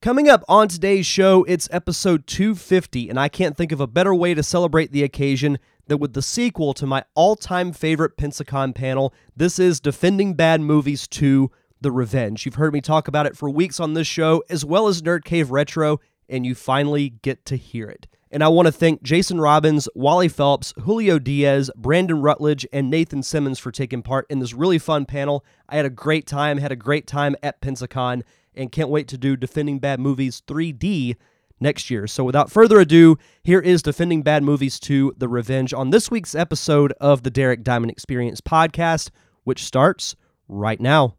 Coming up on today's show, it's episode 250, and I can't think of a better way to celebrate the occasion than with the sequel to my all time favorite Pensacon panel. This is Defending Bad Movies 2 The Revenge. You've heard me talk about it for weeks on this show, as well as Nerd Cave Retro, and you finally get to hear it. And I want to thank Jason Robbins, Wally Phelps, Julio Diaz, Brandon Rutledge, and Nathan Simmons for taking part in this really fun panel. I had a great time, had a great time at Pensacon, and can't wait to do Defending Bad Movies 3D next year. So without further ado, here is Defending Bad Movies 2 The Revenge on this week's episode of the Derek Diamond Experience podcast, which starts right now.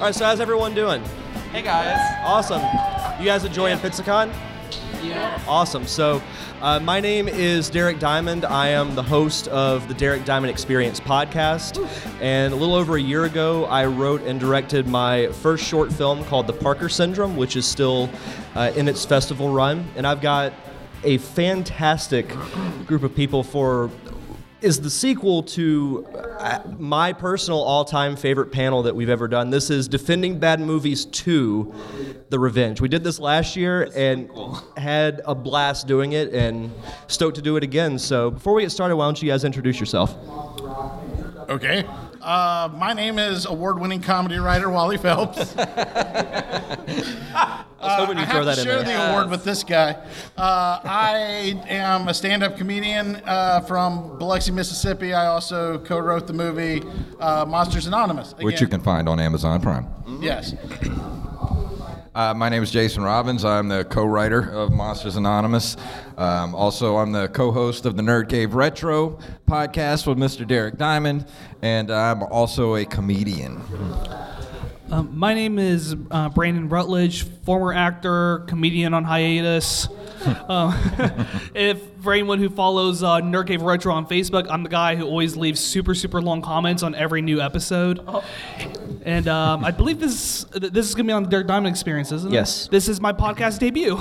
All right, so how's everyone doing? Hey guys. Awesome. You guys enjoying Pizzicon? Yeah. Awesome. So, uh, my name is Derek Diamond. I am the host of the Derek Diamond Experience podcast. And a little over a year ago, I wrote and directed my first short film called The Parker Syndrome, which is still uh, in its festival run. And I've got a fantastic group of people for is the sequel to uh, my personal all-time favorite panel that we've ever done. This is Defending Bad Movies 2: The Revenge. We did this last year and had a blast doing it and stoked to do it again. So, before we get started, why don't you guys introduce yourself? Uh, Okay. Uh, my name is award-winning comedy writer Wally Phelps. I was hoping you'd I have throw to that in share there. the award with this guy. Uh, I am a stand-up comedian uh, from Biloxi, Mississippi. I also co-wrote the movie uh, Monsters Anonymous. which you can find on Amazon Prime. can. Yes. Uh, my name is Jason Robbins. I'm the co-writer of Monsters Anonymous. Um, also, I'm the co-host of the Nerd Cave Retro podcast with Mr. Derek Diamond, and I'm also a comedian. Um, my name is uh, Brandon Rutledge, former actor, comedian on hiatus. Um, if for anyone who follows uh, Nerd Cave Retro on Facebook, I'm the guy who always leaves super super long comments on every new episode. And um, I believe this th- this is gonna be on the Derek Diamond Experience, isn't it? Yes. This is my podcast debut.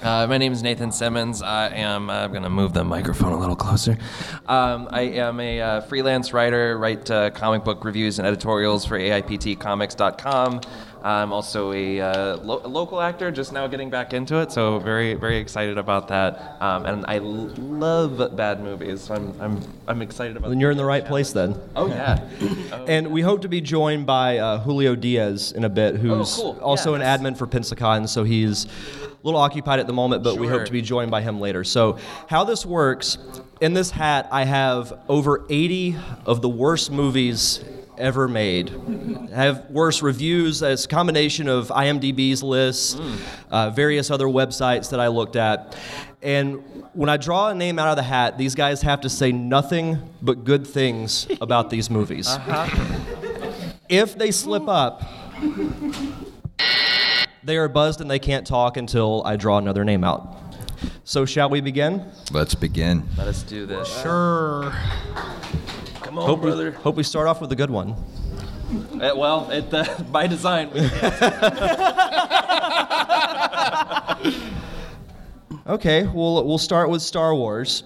Uh, my name is Nathan Simmons. I am. uh, I'm gonna move the microphone a little closer. Um, I am a uh, freelance writer. Write uh, comic book reviews and editorials for AIPTcomics.com. I'm also a uh, lo- local actor, just now getting back into it, so very, very excited about that. Um, and I l- love bad movies, so I'm, I'm, I'm excited about. Then you're in the right place then. oh yeah. And we hope to be joined by uh, Julio Diaz in a bit, who's Oh, cool. also Yeah. an admin for Pensacon, so he's a little occupied at the moment, but we hope Sure. to be joined by him later. So, how this works in this hat, I have over 80 of the worst movies ever made. I have worse reviews as a combination of IMDb's list, Hmm. uh, various other websites that I looked at. And when I draw a name out of the hat, these guys have to say nothing but good things about these movies Uh-huh. if they slip up, they are buzzed and they can't talk until I draw another name out. So shall we begin? Let's begin. Let us do this. Sure. Come on, Hope we, brother. hope we start off with a good one. Uh, well, it, uh, by design. we- Okay, we'll we'll start with Star Wars.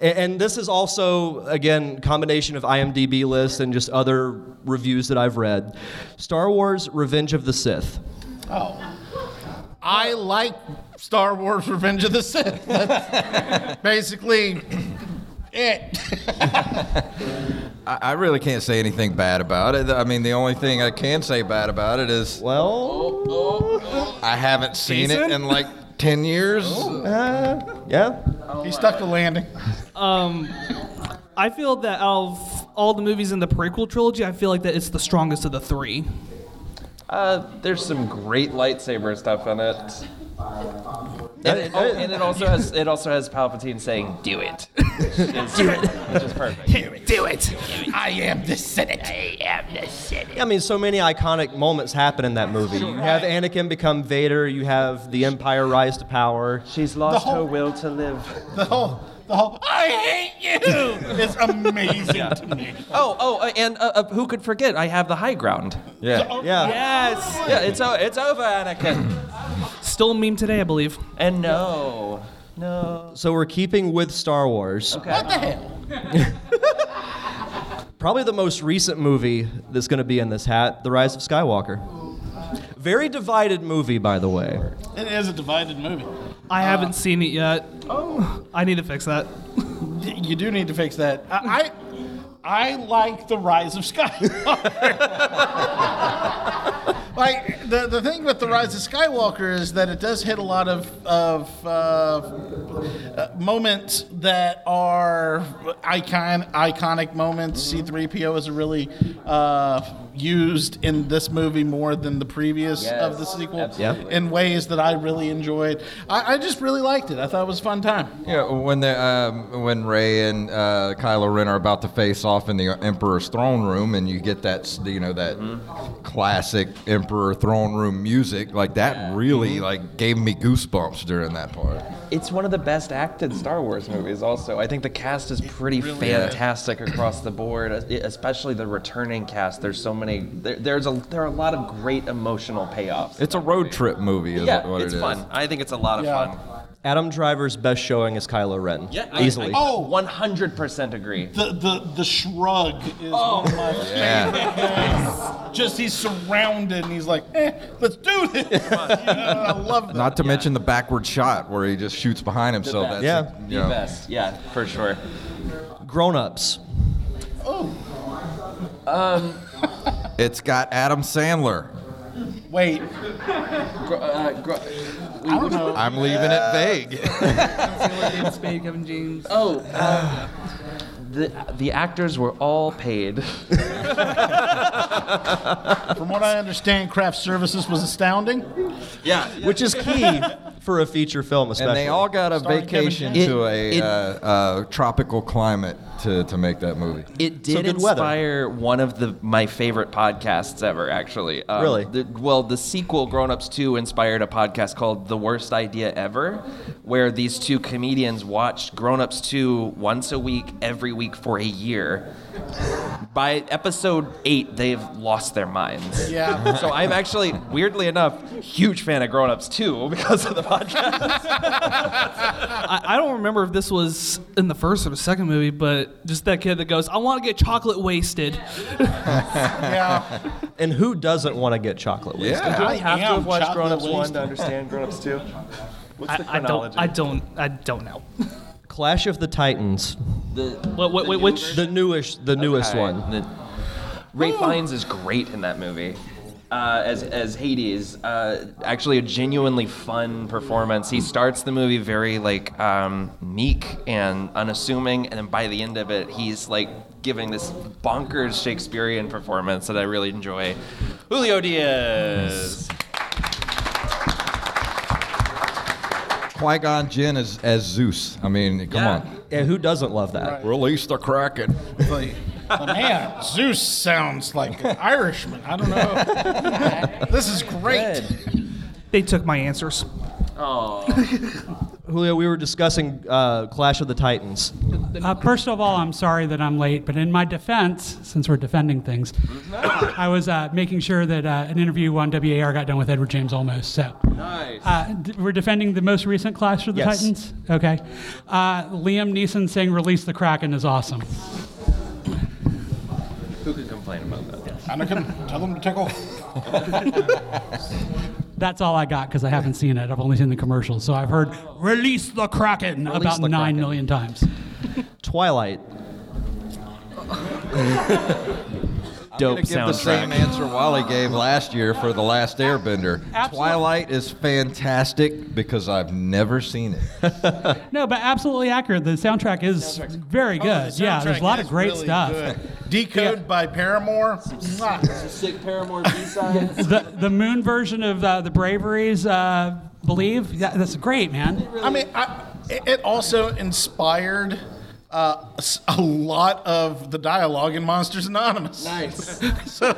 A- And this is also again combination of IMDb lists and just other reviews that I've read. Star Wars: Revenge of the Sith. Oh. I like Star Wars: Revenge of the Sith. That's basically, it. I, I really can't say anything bad about it. I mean, the only thing I can say bad about it is Well, I haven't seen Jason? it in like ten years. uh, yeah. he stuck the landing. I feel that of all the movies in the prequel trilogy, I feel like that it's the strongest of the three. Uh, there's some great lightsaber stuff in it. And it, oh, and it also has it also has Palpatine saying "Do it," do it, which is perfect. Do it. I am the Senate. I mean, so many iconic moments happen in that movie. You have Anakin become Vader. You have the Empire rise to power. She's lost whole- her will to live. The whole, The whole "I hate you" is amazing to me. Oh, oh, uh, and uh, uh, who could forget? I have the high ground. oh, Yeah. Yeah. Yes. Yeah, it's o- it's over, Anakin. Still a meme today, I believe. and no, no. So we're keeping with Star Wars. What the hell? Probably the most recent movie that's going to be in this hat The Rise of Skywalker. Very divided movie, by the way. It is a divided movie. I haven't seen it yet. Uh, Oh. I need to fix that. Y- You do need to fix that. I, I, I like the rise of Skywalker. like the the thing with the rise of Skywalker is that it does hit a lot of of uh, uh, moments that are icon iconic moments. C three PO is really uh, used in this movie more than the previous of the Yes, sequel absolutely. in ways that I really enjoyed. I, I just really liked it. I thought it was a fun time. Yeah, when the um, when Ray and uh, Kylo Ren are about to face off in the Emperor's throne room, and you get that s- you know that Mm-hmm. classic Emperor throne room music, like that Mm-hmm. really like gave me goosebumps during that part. It's one of the best acted Star Wars movies. Also, I think the cast is pretty fantastic across the board, e- especially the returning cast. There's so many. There, there's a there are a lot of great emotional payoffs. It's a road trip movie, is yeah, what it's it is. fun. I think it's a lot of Yeah. fun. Adam Driver's best showing is Kylo Ren. Yeah, I- easily. I, oh, 100% agree. The, the, the shrug is one of my Yeah. favorite things. Just he's surrounded and he's like, eh, let's do this. You know, I love that. Not to mention the backward shot where he just shoots behind himself. best. That's The you know, best, yeah, for sure. Grown ups. It's got Adam Sandler. Wait, Gr- uh, gr- I don't know. I'm leaving it vague. David Spade, Kevin James. oh, uh, the the actors were all paid. From what I understand, craft services was astounding. Yeah, which is key for a feature film, especially. And they all got a Starring Kevin vacation James. to It- a it- uh, uh, tropical climate to, to make that movie. It So did good weather. inspire one of the my favorite podcasts ever, actually. Um, Really? the- well, the sequel, Grown Ups 2, inspired a podcast called The Worst Idea Ever, where these two comedians watched Grown Ups 2 once a week, every week for a year. By episode 8, they've lost their minds. Yeah. So I'm actually, weirdly enough, huge fan of Grown Ups 2 because of the podcast. I, I don't remember if this was in the first or the second movie, but just that kid that goes, I want to get chocolate wasted. Yeah. and who doesn't want to get chocolate with? Yeah. I have to am have watched chocolate Grown Ups 1 wasted. to understand Grown Ups 2. What's the I, I chronology? don't. I don't. I don't know. Clash of the Titans. The- What? What? the new What? Which? The newish, the newest All right. one. The- Ray Fiennes is great in that movie. Uh, as, as Hades, uh, actually a genuinely fun performance. He starts the movie very like um, meek and unassuming, and then by the end of it, he's like giving this bonkers Shakespearean performance that I really enjoy. Julio Diaz. Qui Gon Jinn as, as Zeus. I mean, come Yeah. on. Yeah, who doesn't love that? Release the Kraken. Like, but man, Zeus sounds like an Irishman. I don't know. This is great. They took my answers. Julio, we were discussing uh, Clash of the Titans. Uh, first of all, I'm sorry that I'm late, but in my defense, since we're defending things, I was uh, making sure that uh, an interview on WAR got done with Edward James Olmos. So Nice. uh, d- we're defending the most recent Clash of the Yes. Titans. Okay. Uh, Liam Neeson saying "Release the Kraken" is awesome. Who could complain about that? I'm not gonna tell them to tickle. That's all I got because I haven't seen it. I've only seen the commercials, so I've heard "Release the Kraken" about the nine Kraken. million times. Twilight. Dope I'm gonna give the same answer Wally gave last year for The Last Airbender. Absolutely. Twilight is fantastic because I've never seen it. No, but absolutely accurate. The soundtrack is very Oh, good. yeah, there's a lot of great stuff. Decode by Paramore. Mwah. Sick Paramore B-sides. the the moon version of uh, the Braveries uh, believe that, that's great, man. I mean, I, it it also inspired uh, s- a lot of the dialogue in Monsters Anonymous. Nice. so,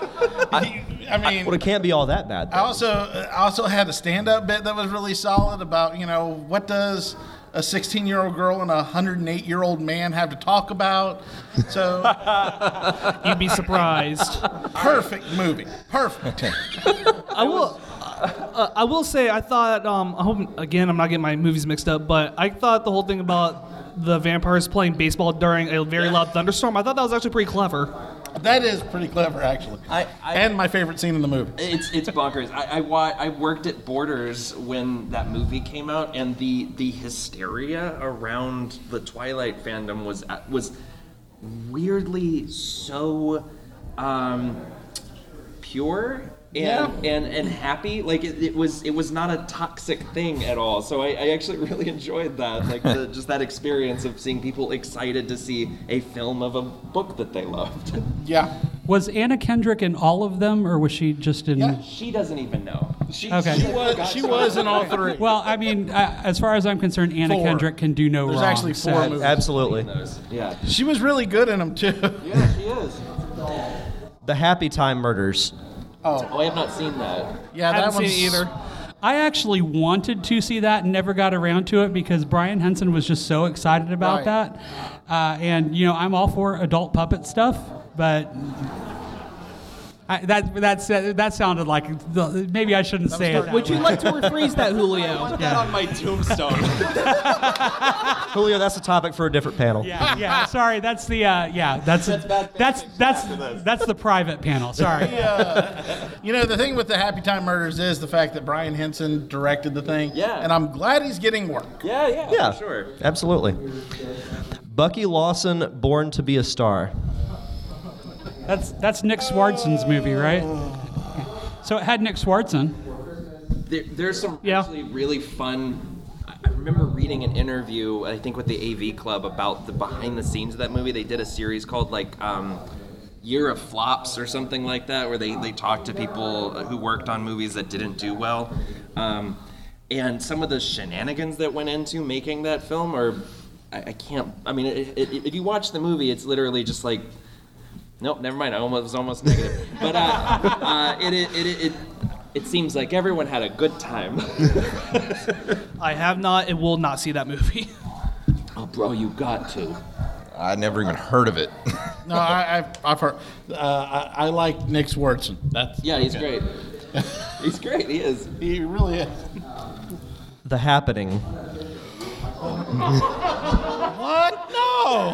I, mean, Well, it can't be all that bad. I though. also I also had a stand-up bit that was really solid about you know what does a 16 year old girl and a 108 year old man have to talk about. So, You'd be surprised. perfect movie. Perfect. I will. Uh, I will say I thought. Um, I hope again I'm not getting my movies mixed up, but I thought the whole thing about the vampires playing baseball during a very loud thunderstorm. I thought that was actually pretty clever. That is pretty clever, actually. I- I- and my favorite scene in the movie. It's it's bonkers. I I, wa- I worked at Borders when that movie came out, and the the hysteria around the Twilight fandom was uh, was weirdly so um, pure. And, and and happy like it, it was it was not a toxic thing at all so I, I actually really enjoyed that like the, just that experience of seeing people excited to see a film of a book that they loved Yeah. Was Anna Kendrick in all of them, or was she just in? Yeah. she doesn't even know she, Okay. she was She was in all three. Well, I mean, uh, as far as I'm concerned, Anna Four. Kendrick can do no There's wrong. actually so- four movies. Absolutely. yeah She was really good in them, too. Yeah, she is. The Happy Time Murders. Oh, I have not seen that. Yeah, I that haven't seen one's it either. I actually wanted to see that and never got around to it because Brian Henson was just so excited about Right. that. Uh, and you know, I'm all for adult puppet stuff, but I, that that's, that sounded like the, maybe I shouldn't say it. that Would you way. like to rephrase that, Julio? That on my tombstone. Julio, that's a topic for a different panel. Yeah, yeah. Sorry, that's the uh, yeah. That's that's that's that's, that's the private panel. Sorry. You know, the thing with the Happy Time Murders is the fact that Brian Henson directed the thing. Yeah. And I'm glad he's getting work. yeah, yeah, Yeah. for sure. Absolutely. Bucky Lawson, Born to be a Star. That's that's Nick Swartzen's movie, right? So it had Nick Swartzen. There, there's some Yeah. actually really fun. I I remember reading an interview, I think, with the AV Club about the behind the scenes of that movie. They did a series called like um, Year of Flops or something like that, where they they talked to people who worked on movies that didn't do well, um, and some of the shenanigans that went into making that film are. I I can't. I mean, it, it, if you watch the movie, it's literally just like Nope, never mind. I almost was almost negative, but uh, uh, it, it, it, it it seems like everyone had a good time. I have not and will not see that movie. oh, bro, you got to. I never even heard of it. No, I, I've, I've heard. Uh, I, I like Nick Swartzen. That's Yeah, he's great. he's great. He is. he really is. The Happening. What? No.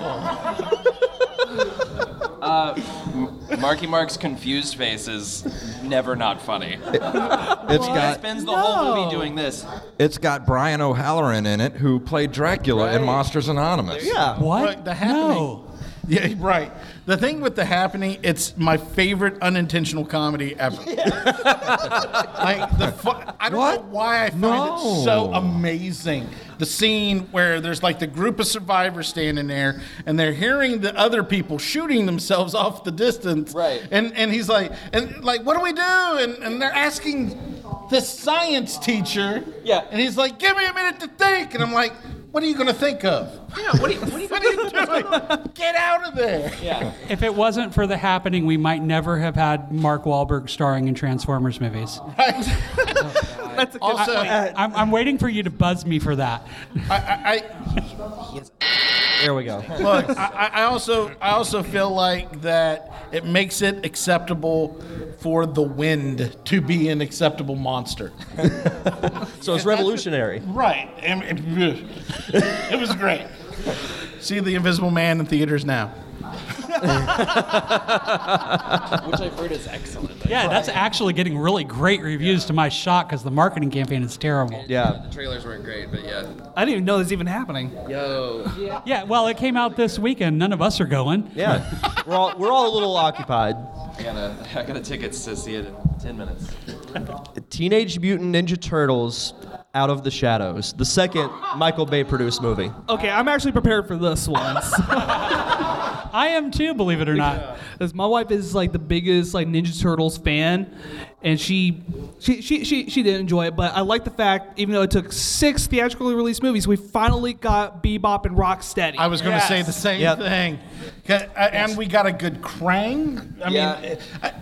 Marky Mark's confused face is never not funny. It's He got spends the whole movie doing this. it's got Brian O'Halloran in it, who played Dracula in Monsters Anonymous. Yeah. What? Right, the happening. no. Yeah, right. The thing with the happening, it's my favorite unintentional comedy ever. like the fu- I don't What? know why I find No. it so amazing. The scene where there's like the group of survivors standing there, and they're hearing the other people shooting themselves off the distance. Right. And and he's like, and like, what do we do? And and they're asking this science teacher. Yeah. And he's like, give me a minute to think. And I'm like, what are you gonna think of? Yeah, what do you, what do you What are you doing? Get out of there. Yeah. If it wasn't for the happening, we might never have had Mark Wahlberg starring in Transformers movies. Oh. That's a good Also, I, I'm, I'm waiting for you to buzz me for that. I, There we go. I look. I, I also, I also feel like that it makes it acceptable for the wind to be an acceptable monster. So it's revolutionary. Right. And It, it was great. See the Invisible Man in theaters now. Which I've heard is excellent. Yeah, that's actually getting really great reviews to my shock because the marketing campaign is terrible. Yeah. The trailers weren't great, but yeah. I didn't even know this was even happening. Yo. Yeah, well, it came out this weekend. None of us are going. Yeah. We're all, we're all a little occupied. I gotta, I gotta tickets to see it in 10 minutes. Teenage Mutant Ninja Turtles Out of the Shadows, the second Michael Bay produced movie. Okay, I'm actually prepared for this one. I am too, believe it or not. Because my wife is like the biggest like Ninja Turtles fan, and she, she she she she did enjoy it. But I like the fact, even though it took six theatrically released movies, we finally got Bebop and Rocksteady. I was going to say the same Yep. thing. 'Kay, I- And we got a good Krang. I Yeah. mean, it- I, uh,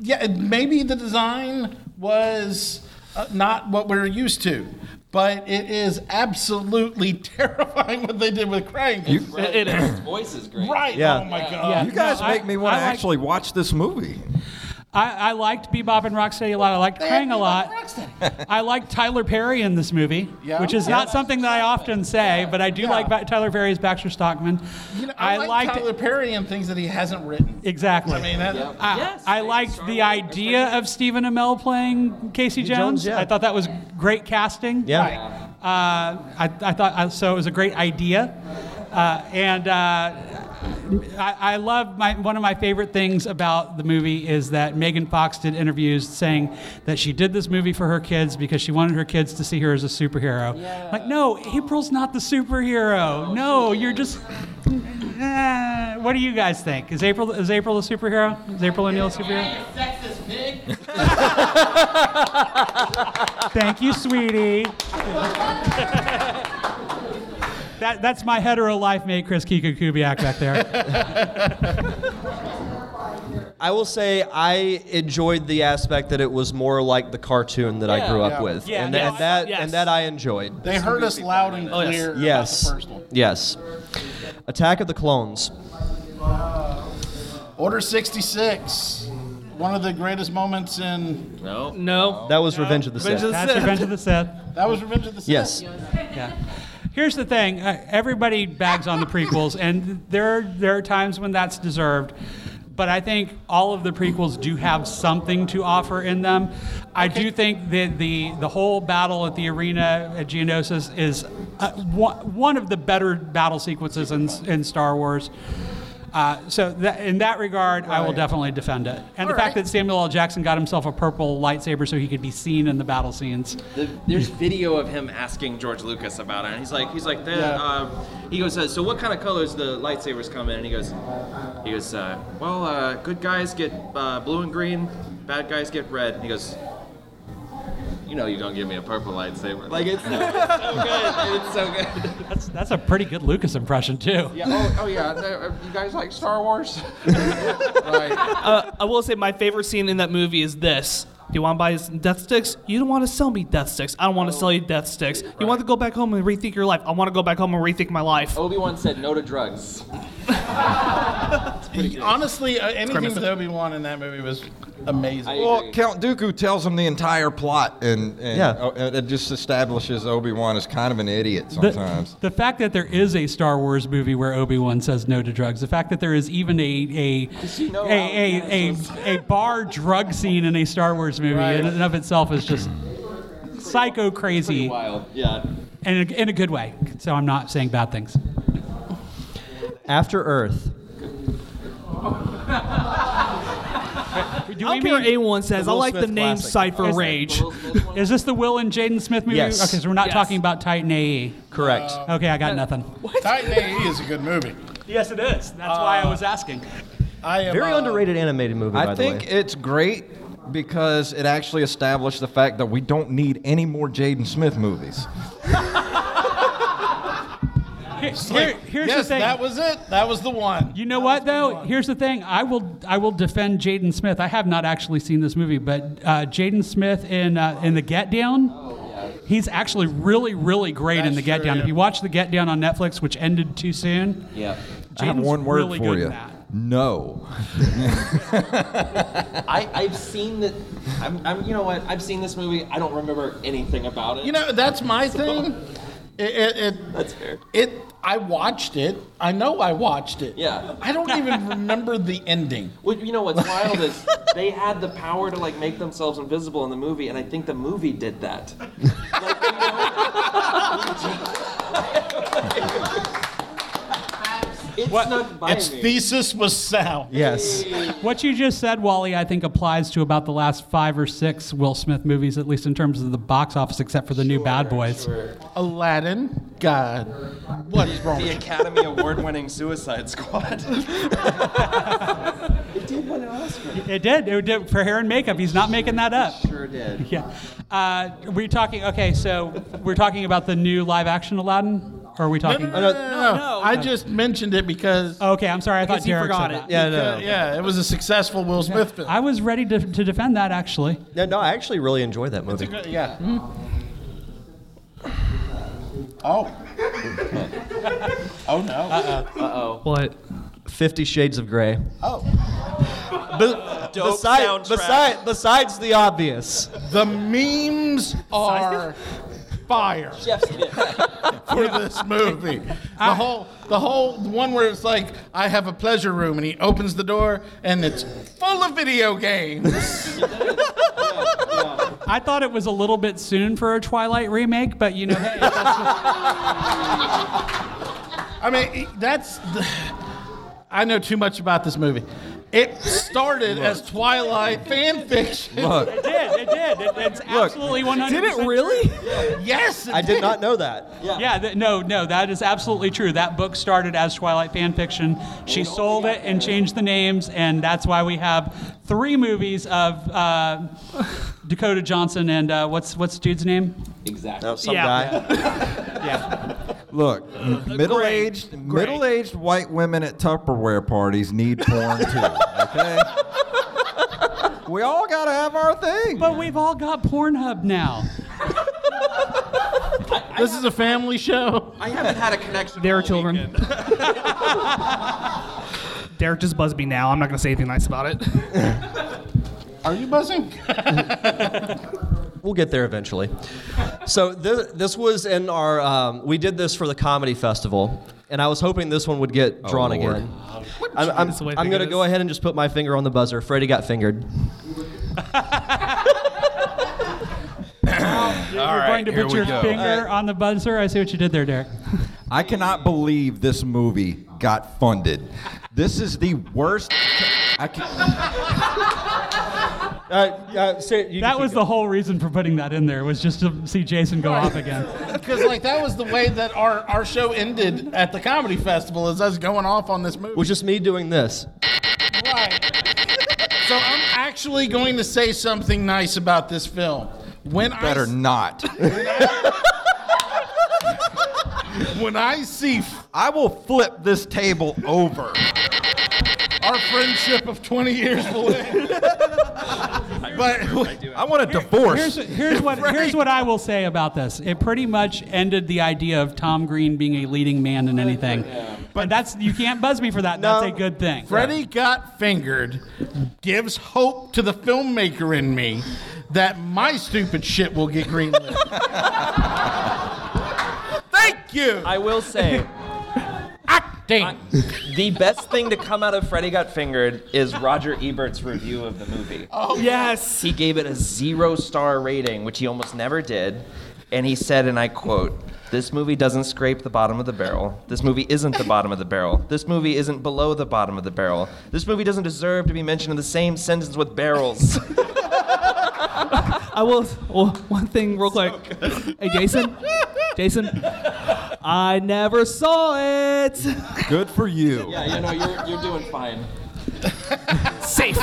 yeah, it- maybe the design was uh, not what we're used to. but it is absolutely terrifying what they did with Crying. You- It- it is. voice is great. right? Yeah. Oh my Yeah. god. Yeah. You guys No, I- make me want to I like- actually watch this movie. I, I liked Bebop and Rocksteady a lot. I liked Krang a lot. I liked Tyler Perry in this movie, Yeah. which is not something that I often say, but I do like ba- Tyler Perry as Baxter Stockman. You know, I, like liked Tyler Perry and things that he hasn't written. exactly. I mean, that, I, Yes, Ah, I thank you, liked Star the Wars. idea of Stephen Amell playing Casey Jones. Jones, yeah. I thought that was great casting. Yeah. Uh, I, I thought I, so. It was a great idea, uh, and uh, I, I love my one of my favorite things about the movie is that Megan Fox did interviews saying that she did this movie for her kids because she wanted her kids to see her as a superhero. Like, no, April's not the superhero. No, you're just. Eh, what do you guys think? Is April is April a superhero? Is April O'Neil a superhero? Thank you, sweetie. That, that's my hetero life mate, Chris Kika Kubiak, back there. I will say I enjoyed the aspect that it was more like the cartoon that I grew up Yeah. with, Yeah, and, no, and that yes. and that I enjoyed. They heard us loud and yes. clear. about Yes. the first one. Yes. Attack of the Clones. Order 66. One of the greatest moments in. No. That was Revenge of the Revenge Sith. of the That's Revenge of the Sith. That was Revenge of the Sith. yes. Here's the thing: uh, everybody bags on the prequels, and there are, there are times when that's deserved. But I think all of the prequels do have something to offer in them. I do think that the the whole battle at the arena at Geonosis is uh, one, one of the better battle sequences in, in Star Wars. Uh, so that, in that regard, I will definitely defend it. And the fact that Samuel L. Jackson got himself a purple lightsaber so he could be seen in the battle scenes. The, there's video of him asking George Lucas about it, and he's like, he's like, the, Yeah. uh, he goes, uh, so what kind of colors the lightsabers come in? And he goes, he goes, uh, well, uh, good guys get uh, blue and green, bad guys get red. And he goes, you know, you don't give me a purple lightsaber. Like it's, it's so good, it's so good. That's that's a pretty good Lucas impression too. Yeah. Oh, oh yeah. Uh, You guys like Star Wars? Uh, I will say my favorite scene in that movie is this. Do you want to buy us death sticks? You don't want to sell me death sticks. I don't want to sell you death sticks. You want to go back home and rethink your life. I want to go back home and rethink my life. Obi Wan said no to drugs. Honestly, uh, anything grimace. with Obi Wan in that movie was amazing. I Well, agree. Count Dooku tells him the entire plot, and, and Yeah. oh, and it just establishes Obi Wan is kind of an idiot sometimes. The, the fact that there is a Star Wars movie where Obi Wan says no to drugs, the fact that there is even a a know a, a, a, a bar drug scene in a Star Wars movie in and of itself is just psycho crazy, Wild. Yeah. and in a good way. So I'm not saying bad things. After Earth. Do I we don't care what mean- anyone says. The I Will like the Smith name classic. Cypher Is- Rage. is this the Will and Jaden Smith movie? Yes. Okay, so we're not Yes. talking about Titan AE. Correct. Okay, I got nothing. Titan AE is a good movie. Yes, it is. That's why I was asking. I am, Very uh, underrated animated movie, by I the way. think it's great because it actually established the fact that we don't need any more Jaden Smith movies. Here, here's yes, the thing. that was it. That was the one. You know what though? Here's the thing. I will I will defend Jaden Smith. I have not actually seen this movie, but uh, Jaden Smith in uh, in the Get Down. Oh, He's actually really, really great in That's the Get true, Down. yeah. If you watch the Get Down on Netflix, which ended too soon, Yeah. I have Jaden's one word really for good in you. that. No. I, I've seen that. I'm, I'm, you know what? I've seen this movie. I don't remember anything about it. You know, that's my thing. It, it, it, That's fair. it I watched it. I know I watched it. Yeah. I don't even remember the ending. Well, you know what's wild is they had the power to like make themselves invisible in the movie, and I think the movie did that. It's not by Its me. thesis was sound. yes. What you just said, Wally, I think applies to about the last five or six Will Smith movies, at least in terms of the box office, except for the new Bad Boys. Aladdin, God, what is wrong? the with you? Academy Award-winning Suicide Squad. it did win an Oscar. It did. It did for hair and makeup. He's not making that up. Sure did. Yeah. Uh, we're talking. Okay, so we're talking about the new live-action Aladdin. Or are we talking? No, no, no, I just mentioned it because Okay, I'm sorry. I thought he Derek forgot said it. that. Yeah, no. uh, yeah, it was a successful Will Smith film. I was ready to, to defend that actually. No, no, I actually really enjoyed that movie. yeah. Mm-hmm. Oh. oh no. Uh-uh. What? Fifty Shades of Grey. Oh. Be- beside- soundtrack. beside- besides the obvious. The memes are fire for this movie. The whole the whole one where it's like I have a pleasure room and he opens the door and it's full of video games. I thought it was a little bit soon for a Twilight remake, but you know, hey, that's- I mean, e, that's the, I know too much about this movie. It started as Twilight fan fiction. it did, it did. It, it's absolutely 100%. Yes, it I did not know that. Yeah, th- no, no, that is absolutely true. That book started as Twilight fan fiction. She sold it and changed the names, and that's why we have three movies of uh, Dakota Johnson and uh, what's what's the dude's name? No, some Yeah. guy. Look, middle-aged, middle-aged white women at Tupperware parties need porn too. Okay. we all gotta have our thing. But Oh, we've all got Pornhub now. This is a family show. I haven't had a connection. They're children. Derek just buzzed me now. I'm not gonna say anything nice about it. Are you buzzing? We'll get there eventually. So this, this was in our. Um, we did this for the comedy festival, and I was hoping this one would Oh, get drawn Lord. again. I'm, I'm, That's the way I I'm think gonna it go is. ahead and just put my finger on the buzzer. Freddie got fingered. You're going to here put we your go. finger on the buzzer. I see what you did there, Derek. I cannot believe this movie got funded. This is the worst. I can, Uh, uh, say- you That can was keep the whole reason for putting that in there was just to see Jason go off again. Because like that was the way that our, our show ended at the comedy festival is us going off on this movie. going. was just me doing this. right. so I'm actually going to say something nice about this film. When better not. I when I see f- I will flip this table over. our friendship of 20 years will end. but I want a divorce. Here's, here's what here's what I will say about this. It pretty much ended the idea of Tom Green being a leading man in anything. But that's you can't buzz me for that. that's a good thing. Freddie got fingered gives hope to the filmmaker in me that my stupid shit will get greenlit. Thank you. I will say, Dang. the best thing to come out of Freddy Got Fingered is Roger Ebert's review of the movie. yes. He gave it a zero star rating, which he almost never did. And he said, and I quote, this movie doesn't scrape the bottom of the barrel. This movie isn't the bottom of the barrel. This movie isn't below the bottom of the barrel. This movie doesn't deserve to be mentioned in the same sentence with barrels. I will. Well, one thing, real quick. hey, Jason. Jason. I never saw it. Good for you. you know, you're, you're doing fine. Safe.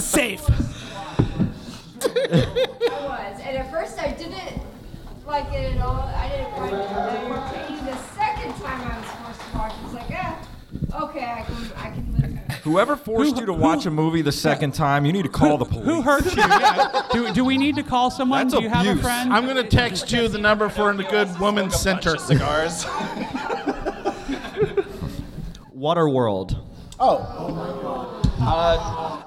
Safe. was. And at first I didn't like it at all. I didn't want it. And the second time I was forced to watch, it, I was like, ah, okay, I can, I can live with it. Whoever forced Who- you to watch a movie the second time, you need to call the police. Who hurt you? Yeah. Do, do we need to call someone? That's do you have abuse. a friend? I'm gonna text you the number for the Good Women's Center. Cigars. Waterworld. Oh,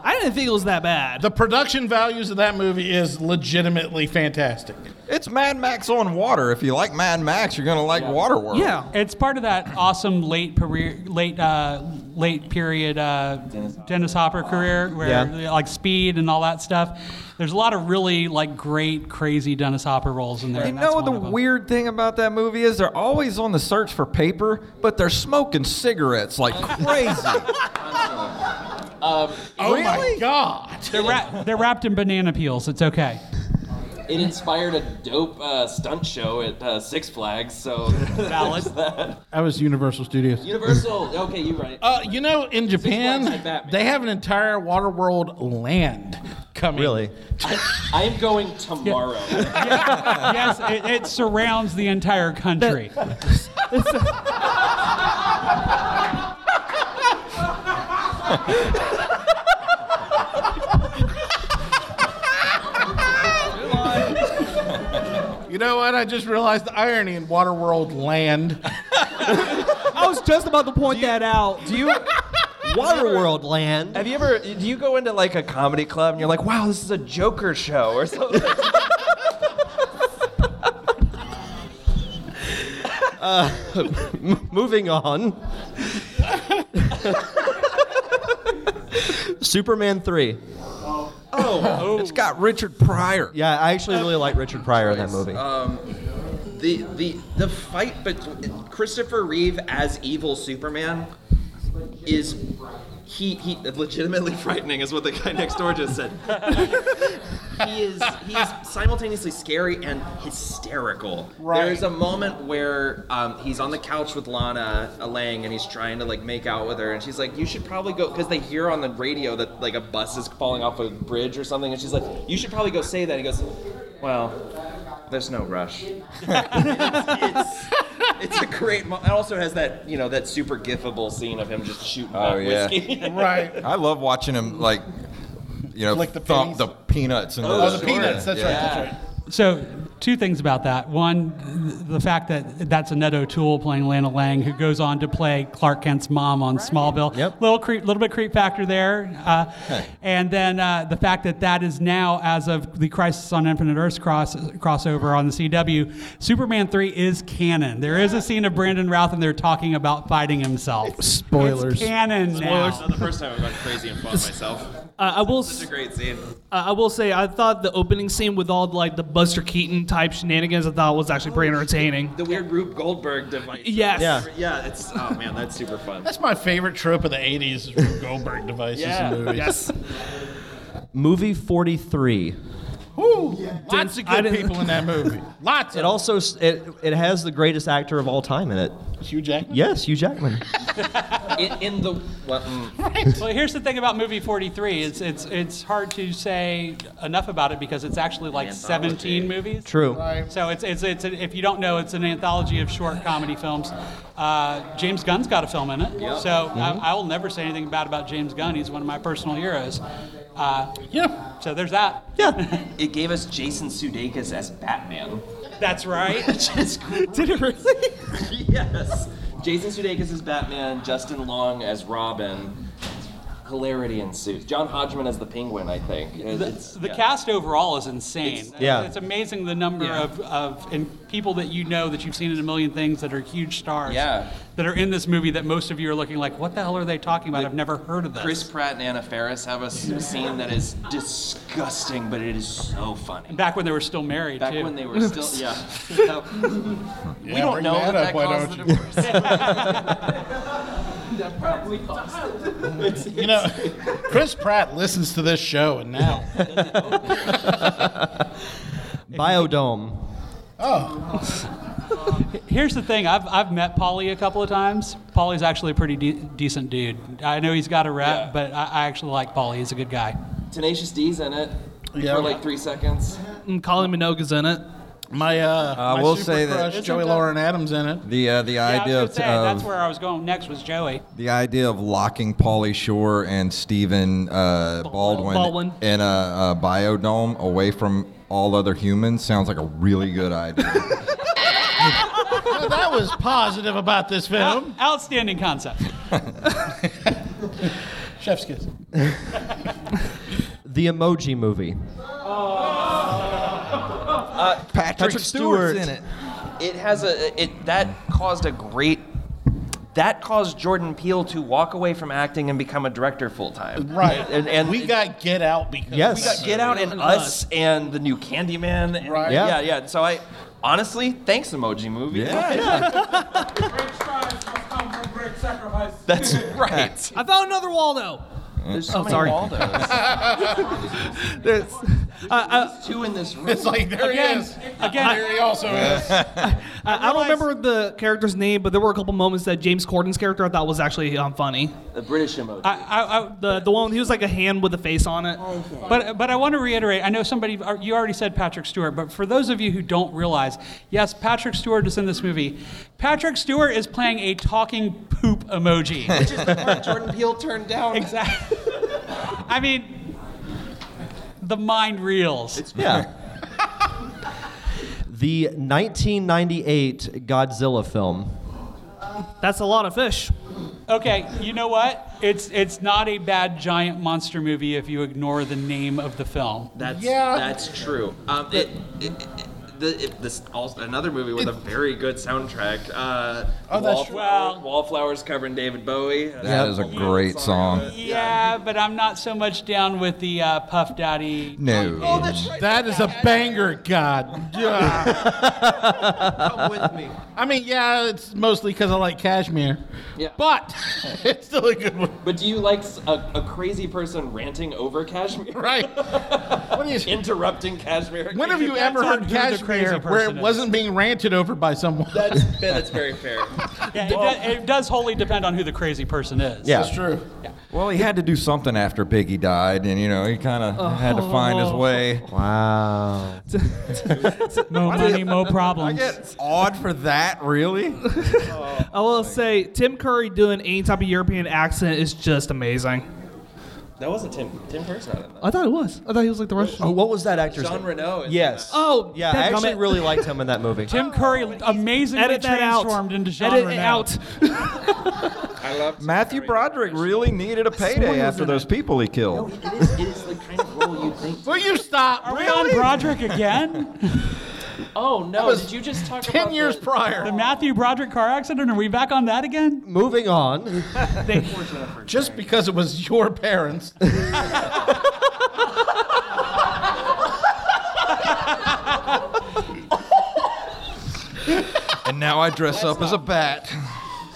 I didn't think it was that bad. the production values of that movie is legitimately fantastic. It's Mad Max on water. If you like Mad Max, you're gonna like Waterworld. yeah. It's part of that awesome late career, late uh, late period uh, Dennis Hopper career where Yeah. like Speed and all that stuff. There's a lot of really like great crazy Dennis Hopper roles in there. You and that's know one the of 'em. weird thing about that movie is they're always on the search for paper, but they're smoking cigarettes like crazy. Oh my God! They're, wra- they're wrapped in banana peels. It's okay. It inspired a dope uh, stunt show at uh, Six Flags, so. That was Universal Studios. Universal. Okay, you're right. Uh, you know, Flags in at Japan, Batman. they have an entire Waterworld land coming. Really? I am going tomorrow. yes, it, it surrounds the entire country. You know what? I just realized the irony in Waterworld Land. I was just about to point that out. Do you Waterworld land. have you ever do you go into like a comedy club and you're like, wow, this is a Joker show or something? Moving on. Superman 3. It's got Richard Pryor. Yeah, I actually really like Richard Pryor in that movie. the the the fight between Christopher Reeve as evil Superman is he he legitimately frightening is what the guy next door just said. he is he is simultaneously scary and hysterical. There is a moment where um, he's on the couch with Lana uh, Lang and he's trying to like make out with her and she's like, "You should probably go," because they hear on the radio that like a bus is falling off a bridge or something, and she's like, "You should probably go say that." He goes, "Well." There's no rush it's, it's a great. Mo- it also has that you know that super gifable scene of him just shooting Oh, up yeah. whiskey. right. I love watching him like, you know, Flick the pennies. thump the peanuts and Oh, the peanuts. That's right. That's right. So, two things about that. One, th- the fact that that's Annette O'Toole playing Lana Lang, who goes on to play Clark Kent's mom on Smallville. Yep. Little creep, little bit creep factor there. Uh, And then uh, the fact that that is now, as of the Crisis on Infinite Earths cross, crossover on the CW, Superman 3 is canon. There is a scene of Brandon Routh and they're talking about fighting himself. Spoilers. It's canon now. the first time I went crazy and fought myself. Uh, I will. It's s- a great scene. Uh, I will say I thought the opening scene with all like the Buster Keaton type shenanigans I thought was actually Oh, pretty entertaining. The weird Rube Goldberg device. Yes. Yeah. Yeah, it's oh man, that's super fun. That's my favorite trope of the 80s is Rube Goldberg devices Yeah. in movies. Yes. Movie 43. Woo! Lots of good I didn't- people in that movie. Lots It of also s- it, it has the greatest actor of all time in it. Hugh Jackman. Yes, Hugh Jackman. In, in the well, mm, Well, here's the thing about movie 43. It's it's it's hard to say enough about it because it's actually like Anthology. 17 movies. True. So it's it's it's if you don't know, it's an anthology of short comedy films. Uh, James Gunn's got a film in it. So Mm-hmm. I, I will never say anything bad about James Gunn. He's one of my personal heroes. Uh, Yeah. so there's that. Yeah. it gave us Jason Sudeikis as Batman. That's right. Which is great. Did it really? yes. Jason Sudeikis as Batman, Justin Long as Robin. Hilarity ensues. John Hodgman as the Penguin, I think. It's- The yeah. cast overall is insane. Yeah. It's amazing the number Yeah. of, of and people that you know that you've seen in a million things that are huge stars. Yeah. That are in this movie that most of you are looking like, what the hell are they talking about? I've never heard of this. Chris Pratt and Anna Faris have a s- scene that is disgusting, but it is so funny. Back when they were still married. Back too. when they were still, yeah. So, we don't bring know that that that up, why caused the don't divorce. that probably caused the divorce. You know, Chris Pratt listens to this show, and now Biodome. oh, Here's the thing. I've, I've met Polly a couple of times. Polly's actually a pretty de- decent dude. I know he's got a rep, Yeah. but I, I actually like Polly. He's a good guy. Tenacious D's in it Yeah. for like three seconds. And Colin Minogue's in it. my uh, I my will super say that- crush, Isn't Joey that- Lauren Adams in it. The uh, the Yeah, I was idea gonna of, say, of that's where I was going next was Joey. the idea of locking Paulie Shore and Stephen uh, Baldwin, Baldwin. in a, a biodome away from all other humans sounds like a really good idea. Well, that was positive about this film. Out- outstanding concept. Chef's kiss. The Emoji Movie. Patrick, Stewart. It has a it that caused a great that caused Jordan Peele to walk away from acting and become a director full time. Right. And, and we got Get Out because Yes. We got Get Out and Us and the new Candyman. And Right. Yeah. Yeah. yeah, So I honestly, thanks Emoji Movie. Yeah. Great strides must come from great sacrifice. That's right. I found another Waldo. There's so many sorry. Waldos. uh, There's, Two in this room. It's like there Again, he is. again, There he also is. I, I don't remember the character's name, but there were a couple moments that James Corden's character I thought was actually um, funny. The British Emoji. I, I, I, The the one he was like a hand with a face on it. But but I want to reiterate. I know somebody uh, you already said Patrick Stewart, but for those of you who don't realize, yes, Patrick Stewart is in this movie. Patrick Stewart is playing a talking poop emoji. Which is the part Jordan Peele turned down. exactly. I mean, the mind reels. Yeah. the 1998 Godzilla film. That's a lot of fish. Okay, you know what? It's it's not a bad giant monster movie if you ignore the name of the film. That's Yeah. that's true. Um, it, it, it, the, it, this also, another movie with a very good soundtrack. Uh, Oh, that's true. Wallflower- Wallflowers covering David Bowie. That is a great song. Yeah, but I'm not so much down with the uh, Puff Daddy. No. That is a banger, God. Yeah. Come with me. I mean, yeah, it's mostly because I like cashmere, Yeah. but it's still a good one, But do you like s- a, a crazy person ranting over Kashmir? right? What is? Interrupting Kashmir. When have you Depends ever on heard who the cashmere crazy where person it is. wasn't being ranted over by someone? That's, that's very fair. Yeah, it, do, it does wholly depend on who the crazy person is. Yeah. true. Well, he had to do something after Biggie died, and you know he kind of had to find his way. Wow. No money, no I problems. get awed for that, really? I will say, Tim Curry doing any type of European accent is just amazing. That wasn't Tim. Tim Curry's not in that. I thought it was. I thought he was like the Russian. Oh, what was that actor's Jean name? Renault. Is in Yes. Oh, yeah. I dadgummit. actually really liked him in that movie. Tim Curry amazingly Edit that out. transformed into Jean Edit it Reno. out. that. I love Tim Matthew Curry. Broderick really needed a payday after those people he No, killed. it is, it is the kind of role you think. Will you stop? Are we on Broderick again? Oh no! was Did you just talk about Ten years the- the prior. Matthew Broderick car accident? Are we back on that again? Moving on. Just because it was your parents. And now I dress up as a bat.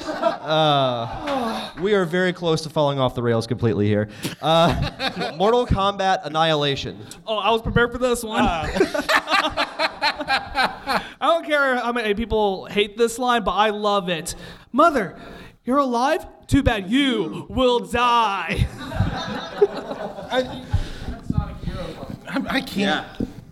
We are very close to falling off the rails completely here. Uh, Mortal Kombat Annihilation. Oh, I was prepared for this one. Ah. I don't care how many people hate this line, but I love it. Mother, you're alive? Too bad you will die. I, I, I can't.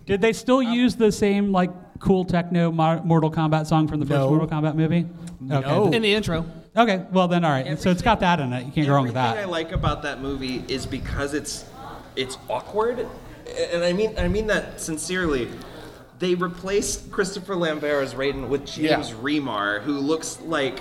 Did they still use the same like cool techno mo- Mortal Kombat song from the first No. Mortal Kombat movie? Okay. No. In the intro. Okay. Well then, all right. So it's got that in it. You can't go wrong with Everything I that. like about that movie is because it's it's awkward, and I mean I mean that sincerely. They replaced Christopher Lambert as Raiden with James Yeah. Remar, who looks like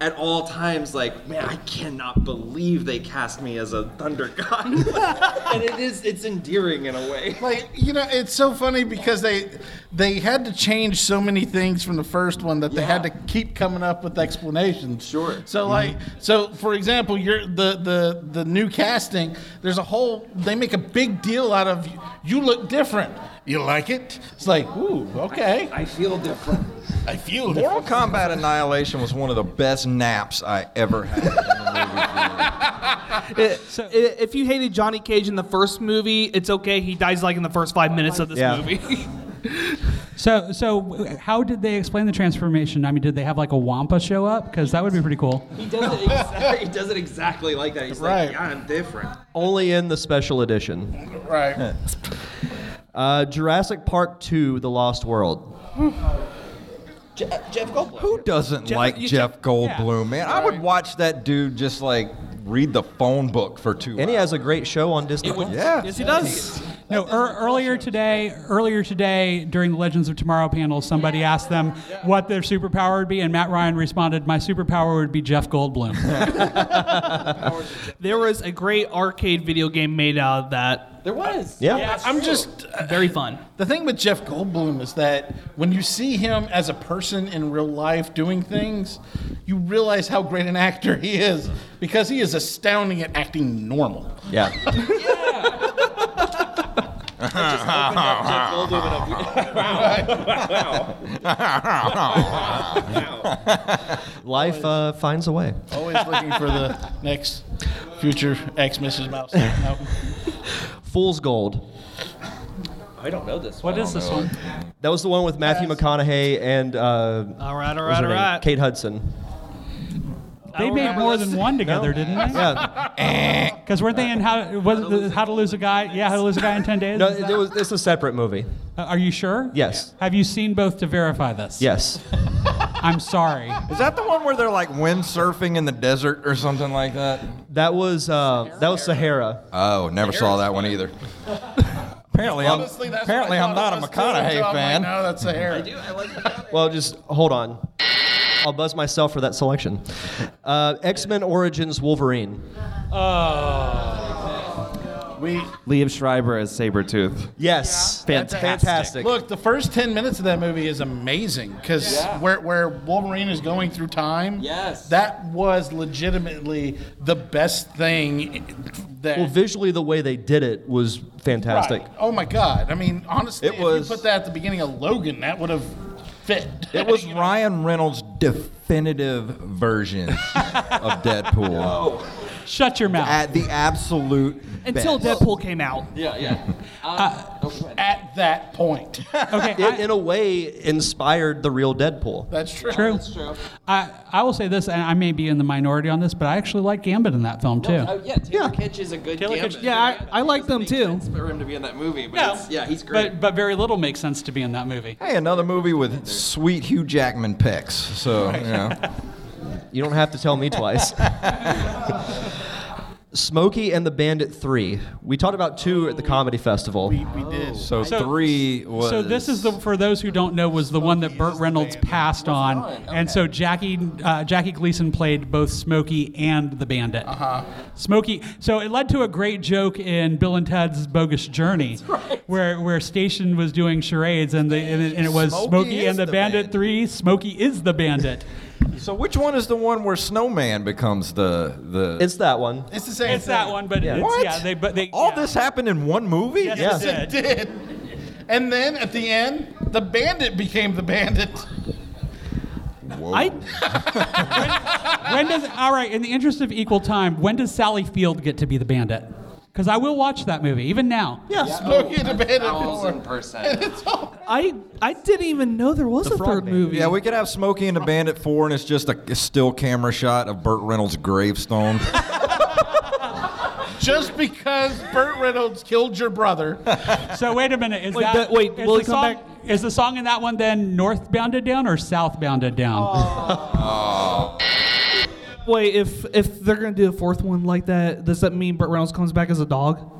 at all times like man I cannot believe they cast me as a Thunder God, and it is it's endearing in a way. Like you know, it's so funny because they they had to change so many things from the first one that they had to keep coming up with explanations. Sure. Mm-hmm. So like, so for example, you're the the the new casting. There's a whole. They make a big deal out of you look different. You like it? It's like, ooh, okay. I feel different. I feel Mortal Kombat Annihilation was one of the best naps I ever had. in a movie theater. I- If you hated Johnny Cage in the first movie, it's okay. He dies like in the first five minutes of this Yeah. movie. So so w- how did they explain the transformation? I mean, did they have like a Wampa show up? Because that would be pretty cool. he does it exactly, he does it exactly like that. He's Right. like yeah I'm different. Only in the special edition. Right. Uh, Jurassic Park 2 The Lost World. Je- Jeff Goldblum. Who doesn't like Jeff Goldblum, man? I would watch that dude just like read the phone book for two And he hours. has a great show on Disney. Plus. yeah. yes, he does. No, ear earlier today, earlier today during the Legends of Tomorrow panel, somebody asked them what their superpower would be, and Matt Ryan responded, "My superpower would be Jeff Goldblum." There was a great arcade video game made out of that. There was. Yeah. I'm just Very fun. The thing with Jeff Goldblum is that when you see him as a person in real life doing things, you realize how great an actor he is because he is astounding at acting normal. Yeah. Life uh, finds a way. Always looking for the next future ex Mrs. Mouse. No. Fool's Gold. I don't know this. what is this one? That was the one with Matthew McConaughey and uh, All what's right, all right, her all name? right. Kate Hudson. They made more than one together, didn't they? Yeah. Because weren't they in how was it the, how to lose a guy? Yeah, how to lose a guy in ten days. No, Is that- it was, it's a separate movie. Uh, are you sure? Yes. Have you seen both to verify this? Yes. I'm sorry. Is that the one where they're like windsurfing in the desert or something like that? That was uh, that was Sahara. Oh, never saw that one either. Apparently, Honestly, I'm, that's what I apparently I'm thought not a it was, too, McConaughey until I'm like, fan. no, that's a hair. Well, just hold on. I'll buzz myself for that selection. Uh, X Men Origins Wolverine. We Liev Schreiber as Sabretooth. Yes. Fantastic. Fantastic. Look, the first ten minutes of that movie is amazing because where, where Wolverine is going through time. Yes. that was legitimately the best thing. That Well, visually, the way they did it was fantastic. Right. Oh my god! I mean, honestly, It if was- you put that at the beginning of Logan, that would have fit. It was Ryan Reynolds' definitive version of Deadpool. Shut your mouth. At the absolute Until best. Deadpool came out. Yeah, yeah. at that point. Okay, It, in a way, inspired the real Deadpool. That's true. True. I, I will say this, and I may be in the minority on this, but I actually like Gambit in that film too. oh, yeah, Taylor Yeah. Kitsch is a good Taylor gambit. Kitsch- yeah, I- I like It doesn't them make too. sense For him to be in that movie, but it's- yeah, he's great. But but very little makes sense to be in that movie. Hey, another movie with sweet Hugh Jackman pecs. So, you know. You don't have to tell me twice. Smokey and the Bandit 3. We talked about two at the comedy festival. We, we did. So, three was. So this is the for those who don't know was the one that Burt Reynolds passed on, and so Jackie uh, Jackie Gleason played both Smokey and the Bandit. Uh-huh. Smokey. So it led to a great joke in Bill and Ted's Bogus Journey, where where Station was doing charades, and the and it, and it was Smokey Smokey, is and the, the Bandit, Bandit. Three. Smokey is the Bandit. So which one is the one where Snowman becomes the the? It's that one. It's the same. it's that thing. one, but Yeah. it's, what? yeah, they but they all yeah. this happened in one movie. Yes, Yeah. it did. Did. And then at the end, the bandit became the bandit. Whoa. I. when, when does all right? In the interest of equal time, when does Sally Field get to be the bandit? Because I will watch that movie even now. Yes. Smokey and the bandit. Thousand percent. It's all- I I didn't even know there was a Frog third Man. movie. yeah, we could have Smokey and the Bandit four, and it's just a still camera shot of Burt Reynolds' gravestone. Just because Burt Reynolds killed your brother. So wait a minute. Is Wait, that that- wait, is will the it come song, back? Is the song in that one then northbounded down or southbounded down? Oh. Wait, if if they're gonna do a fourth one like that, does that mean Burt Reynolds comes back as a dog?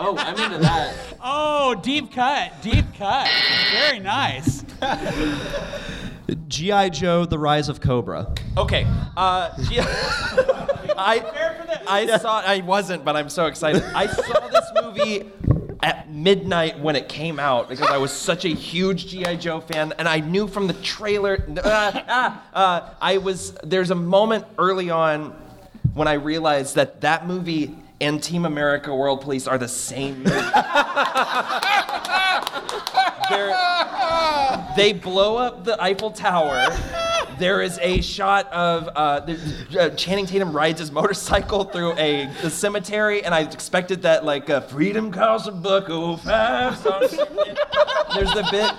Oh, I'm into that. Oh, deep cut, deep cut. Very nice. G.I. Joe, The Rise of Cobra. Okay. Uh, gee- I, I saw. I wasn't, but I'm so excited. I saw this movie at midnight when it came out because I was such a huge GI Joe fan, and I knew from the trailer. Uh, ah, uh, I was. There's a moment early on when I realized that that movie and Team America: World Police are the same. Movie. They're- they blow up the Eiffel Tower. There is a shot of uh, the, uh, Channing Tatum rides his motorcycle through a the cemetery, and I expected that like uh, freedom costs a buck oh five. some shit. There's the bit,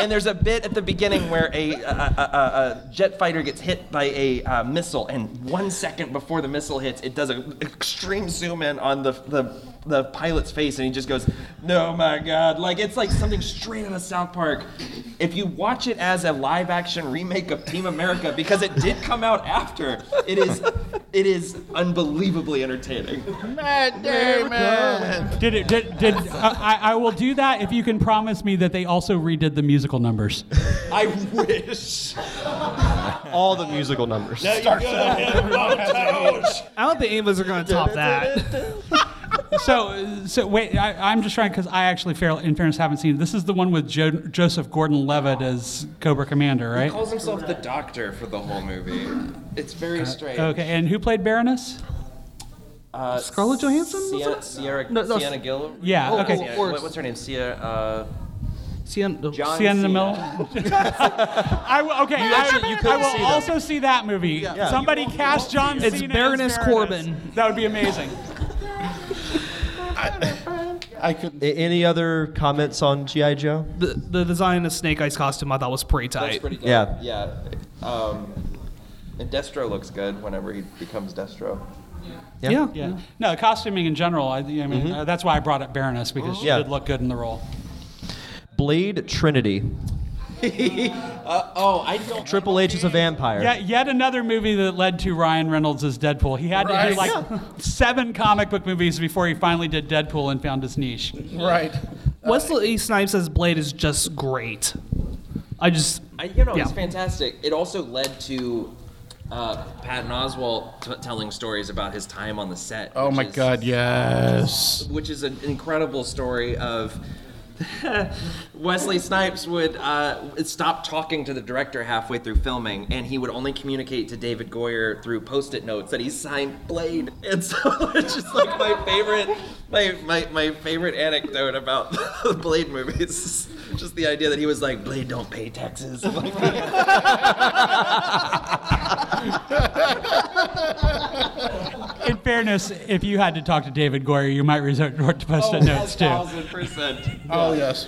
and there's a bit at the beginning where a, a, a, a jet fighter gets hit by a uh, missile, and one second before the missile hits, it does an extreme zoom in on the the the pilot's face and he just goes, No, my God. Like, it's like something straight out of South Park. If you watch it as a live action remake of Team America, because it did come out after, it is it is unbelievably entertaining. Matt Damon. Did it? Did did? Uh, I, I will do that if you can promise me that they also redid the musical numbers. I wish. All the musical numbers. I don't think any of us are gonna top that. So, so wait, I, I'm just trying because I actually, fair, in fairness, haven't seen. it. This is the one with jo- Joseph Gordon-Levitt as Cobra Commander, right? Calls himself the doctor for the whole movie. It's very strange. Okay, and who played Baroness? Uh, Scarlett Johansson, was Sienna, it? Sierra, No, no, Sienna Gill? Yeah, Or- okay. Sienna- Or- what- what's her name? Sierra. Uh, Sienna- John Sienna Cena. Miller. I will, okay, I, actually- you I couldn't will see them. also see that movie. Somebody cast John It's Cena as Baroness Corbin. That would be amazing. I couldn't. A- Any other comments on G.I. Joe? The, the design of Snake Eyes costume I thought was pretty That's tight. pretty good. Yeah. Yeah. Um, and Destro looks good whenever he becomes Destro. yeah. Yeah. No, costuming in general. I, I mean, uh, that's Oh. why I brought up Baroness because she Yeah. did look good in the role. Blade Trinity. uh, oh, I don't. Triple H is a vampire. Yet, yet another movie that led to Ryan Reynolds as Deadpool. He had to Right. do like seven comic book movies before he finally did Deadpool and found his niche. Right. Wesley E. Snipes as Blade is just great. I just I, you know, it's Yeah. fantastic. It also led to uh, Patton Oswalt t- telling stories about his time on the set. Oh which my is- God, yes. which is an incredible story of Wesley Snipes would uh, stop talking to the director halfway through filming, and he would only communicate to David Goyer through post-it notes that he signed Blade, and so it's just like my favorite, my my, my favorite anecdote about the Blade movies. Just the idea that he was like, Blade don't pay taxes. In fairness, if you had to talk to David Goyer, you might resort to post-it notes too. Thousand percent. Oh, yes.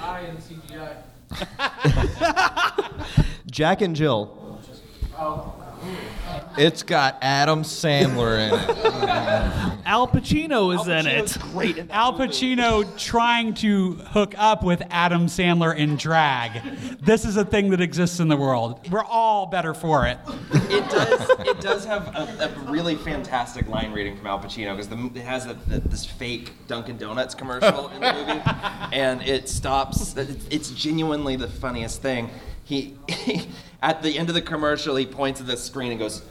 I and CGI. Jack and Jill. It's got Adam Sandler in it. Al Pacino is in it. Al Pacino trying to hook up with Adam Sandler in drag. This is a thing that exists in the world. We're all better for it. it does. It does have a, a really fantastic line reading from Al Pacino because it has a, this fake Dunkin' Donuts commercial in the movie, and it stops. It's, it's genuinely the funniest thing. He, at the end of the commercial, he points at the screen and goes,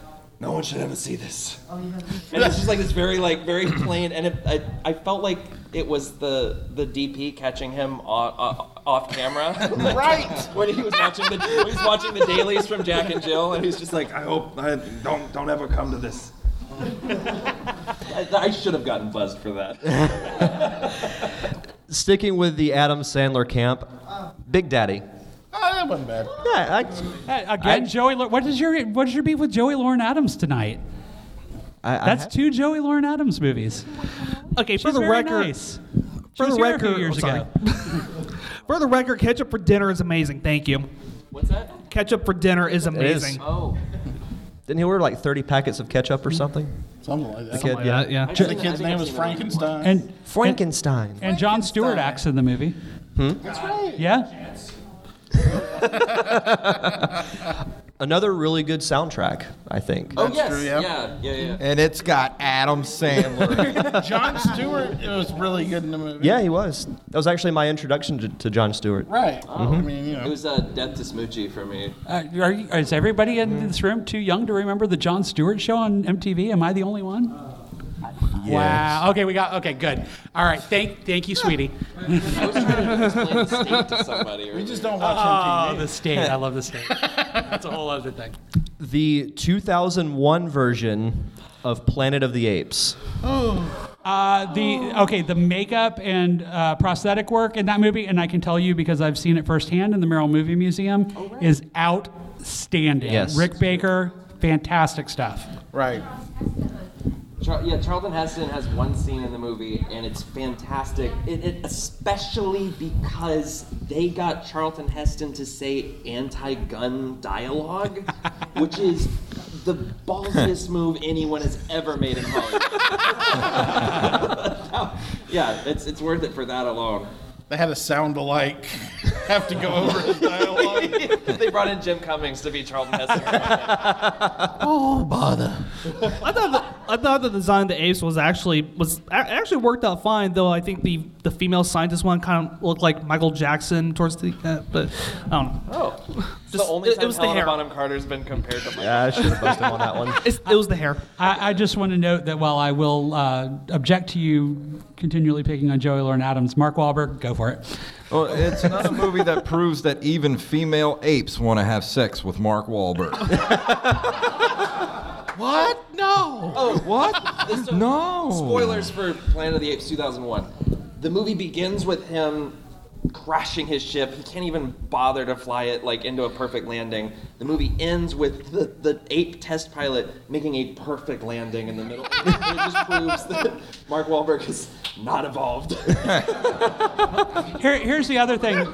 "No one should ever see this." And it's just like this very like very plain, and it, I, I felt like it was the the DP catching him off, off camera. Right. when he was watching the when he was watching the dailies from Jack and Jill, and he's just like, I hope I don't don't ever come to this. I, I should have gotten buzzed for that. Sticking with the Adam Sandler camp, Big Daddy. Oh, that wasn't bad. Yeah, Uh, Again, Joey. Lo- What is your what is your beef with Joey Lauren Adams tonight? I, I, That's two Joey Lauren Adams movies. Okay, for She's the very record, nice. She for was the here a few record, years oh, sorry. ago. for the record, ketchup for dinner is amazing. Thank you. What's that? Ketchup for dinner is is. amazing. Oh, didn't he order like 30 packets of ketchup or something? Something like that. Kid, yeah. yeah. The kid's name was Frankenstein. And Frankenstein. and John Stewart acts in the movie. Hmm? That's right. Yeah. Another really good soundtrack, I think. oh yes, true, yeah. yeah. yeah, yeah, And it's got Adam Sandler. John Stewart it was really good in the movie. Yeah, he was. That was actually my introduction to, to John Stewart. Right. I mean, you It know. was uh, Death to Smoochie for me. Uh, are you, is everybody Mm-hmm. in this room too young to remember the John Stewart show on MTV? Am I the only one? Wow. Uh, Okay, we got. Okay, good. All right. Thank, thank you, sweetie. I was trying to explain the state to somebody. We earlier. just don't watch Oh, MTV. the state. I love the state. That's a whole other thing. The 2001 version of Planet of the Apes. Uh, the okay, the makeup and uh, prosthetic work in that movie, and I can tell you because I've seen it firsthand in the Merrill Movie Museum, Oh, is outstanding. Yes. Rick Baker, fantastic stuff. Right. Char- yeah, Charlton Heston has one scene in the movie, and it's fantastic. It, it especially because they got Charlton Heston to say anti-gun dialogue, which is the ballsiest move anyone has ever made in Hollywood. yeah, it's it's worth it for that alone. They had a sound alike. Have to go over his dialogue. they brought in Jim Cummings to be Charlton Heston. I thought the, I thought the design of the apes was actually was a- actually worked out fine though. I think the the female scientist one kind of looked like Michael Jackson towards the uh, but I don't know. oh, it's the Just- only it- time it was the Helena hair. Bonham Carter's been compared to. Michael. Yeah, I should have busted him on that one. It's, it was the hair. I, I just want to note that while I will uh, object to you continually picking on Joey Lauren Adams, Mark Wahlberg, go for it. Well, it's another movie that proves that even female apes want to have sex with Mark Wahlberg. What? No. Oh, What? This- so- No. Spoilers for Planet of the Apes 2001. The movie begins with him crashing his ship. He can't even bother to fly it like into a perfect landing. The movie ends with the, the ape test pilot making a perfect landing in the middle. it just proves that Mark Wahlberg is not evolved. Here, here's the other thing.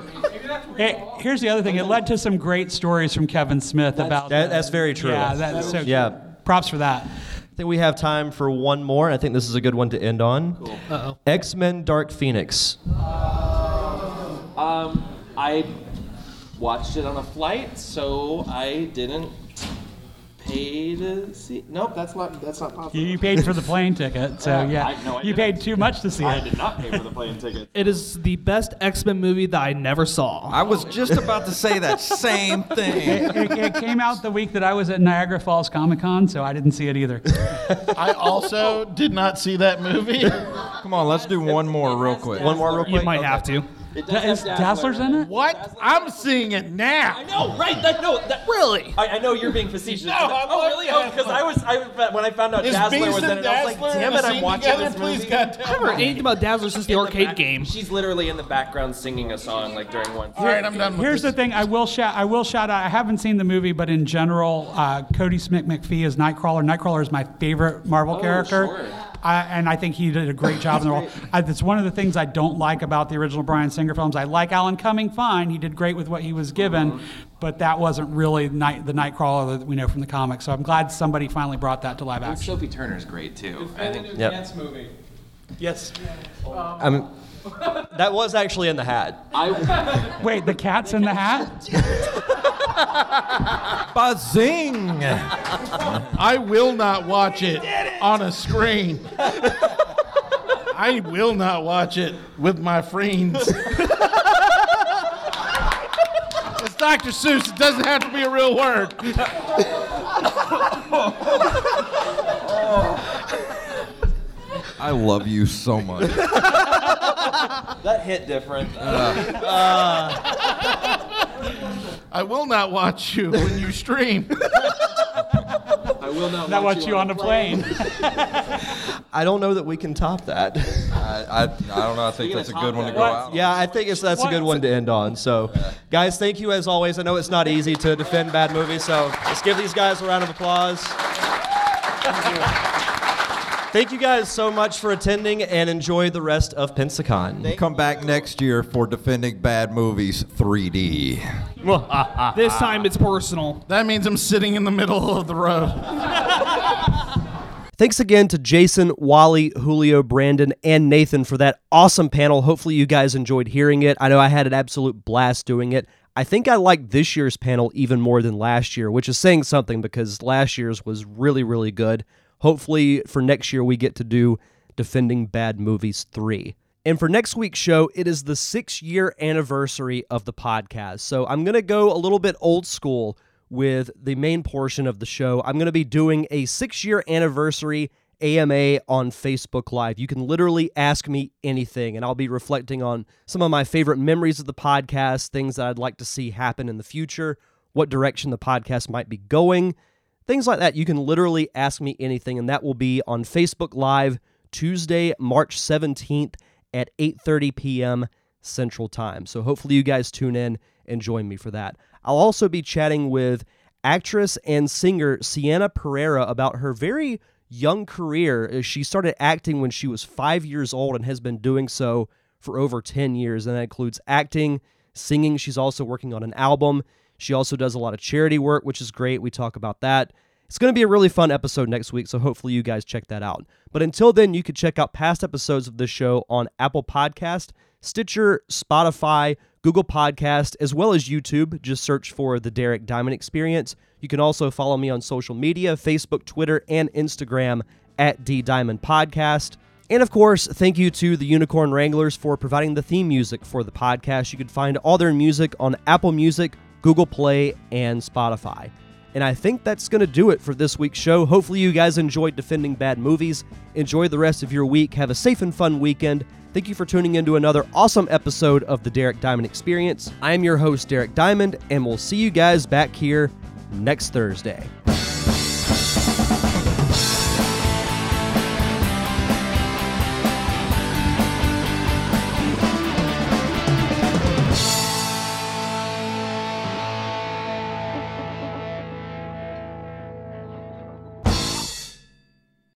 It- here's the other thing. It led to some great stories from Kevin Smith about. That, that's very true. yeah, that's so. Yeah. Props for that. I think we have time for one more, and I think this is a good one to end on. X Men Dark Phoenix. I watched it on a flight, so I didn't pay to see. Nope, that's not that's not possible. You, you paid for the plane ticket, so Uh, yeah. I- no, I you didn't. paid too much to see I it. did not pay for the plane ticket. It is the best X Men movie that I never saw. I was just about to say that same thing. It, it- it came out the week that I was at Niagara Falls Comic Con, so I didn't see it either. I also did not see that movie. Come on, let's do one more real quick. One more real You quick. might have to. It does Is have Dazzler's in it? What? I'm seeing it now. No, right? That no, that really. I, I know you're being facetious. No, I oh, love really? Oh, because I was I when I found out Is Dazzler Beast was in and it, I was Dazzler like, in damn a it, I'm scene watching together? this Please, movie. I goddamn. remember anything about Dazzler since the arcade game. She's literally in the background singing a song like during one. All right, I'm done with Here's the this. thing. I will shout. I will shout out. I haven't seen the movie, but in general, uh, Cody Smith McPhee is Nightcrawler. Nightcrawler is my favorite Marvel Oh, character, sure. I, and I think he did a great job in the role. I, it's one of the things I don't like about the original Brian Singer films. I like Alan Cumming fine. He did great with what he was Uh-huh. given, but that wasn't really night, the Nightcrawler that we know from the comics. So I'm glad somebody finally brought that to live action. Sophie Turner's great too. I think. Yep. movie. Yes. that was actually in the hat. I Wait, the cat's in the hat? Buzzing. I will not watch it, on a screen. I will not watch it with my friends. it's Dr. Seuss. It doesn't have to be a real word. I love you so much. that hit different. I will not watch you when you stream. I will not. That was you on the plane. I don't know that we can top that. I, I, I don't know. I think that's a good one to go out. on. yeah, I think it's, that's a good one to end on. So, guys, thank you as always. I know it's not easy to defend bad movies, so let's give these guys a round of applause. Thank you guys so much for attending and enjoy the rest of Pensacon. Come back next year for defending bad movies 3D. Ah. This time it's personal. that means I'm sitting in the middle of the road. Thanks again to Jason, Wally, Julio, Brandon, and Nathan for that awesome panel. Hopefully, you guys enjoyed hearing it. I know I had an absolute blast doing it. I think I liked this year's panel even more than last year, which is saying something because last year's was really, really good. Hopefully, for next year, we get to do Defending Bad Movies 3. And for next week's show, it is the six year anniversary of the podcast. So I'm going to go a little bit old school with the main portion of the show. I'm going to be doing a six year anniversary AMA on Facebook Live. You can literally ask me anything, and I'll be reflecting on some of my favorite memories of the podcast, things that I'd like to see happen in the future, what direction the podcast might be going, things like that. You can literally ask me anything, and that will be on Facebook Live Tuesday, March 17th at 8:30 p.m. Central Time. So hopefully you guys tune in and join me for that. I'll also be chatting with actress and singer Sienna Pereira about her very young career. Uh, She started acting when she was 5 years old and has been doing so for over 10 years and that includes acting, singing, she's also working on an album. She also does a lot of charity work, which is great. We talk about that. It's going to be a really fun episode next week, so hopefully you guys check that out. But until then, you can check out past episodes of this show on Apple Podcast, Stitcher, Spotify, Google Podcast, as well as YouTube. Just search for The Derek Diamond Experience. You can also follow me on social media, Facebook, Twitter, and Instagram at D Diamond Podcast. And of course, thank you to the Unicorn Wranglers for providing the theme music for the podcast. You can find all their music on Apple Music, Google Play, and Spotify. And I think that's going to do it for this week's show. Hopefully, you guys enjoyed defending bad movies. Enjoy the rest of your week. Have a safe and fun weekend. Thank you for tuning in to another awesome episode of the Derek Diamond Experience. I am your host, Derek Diamond, and we'll see you guys back here next Thursday.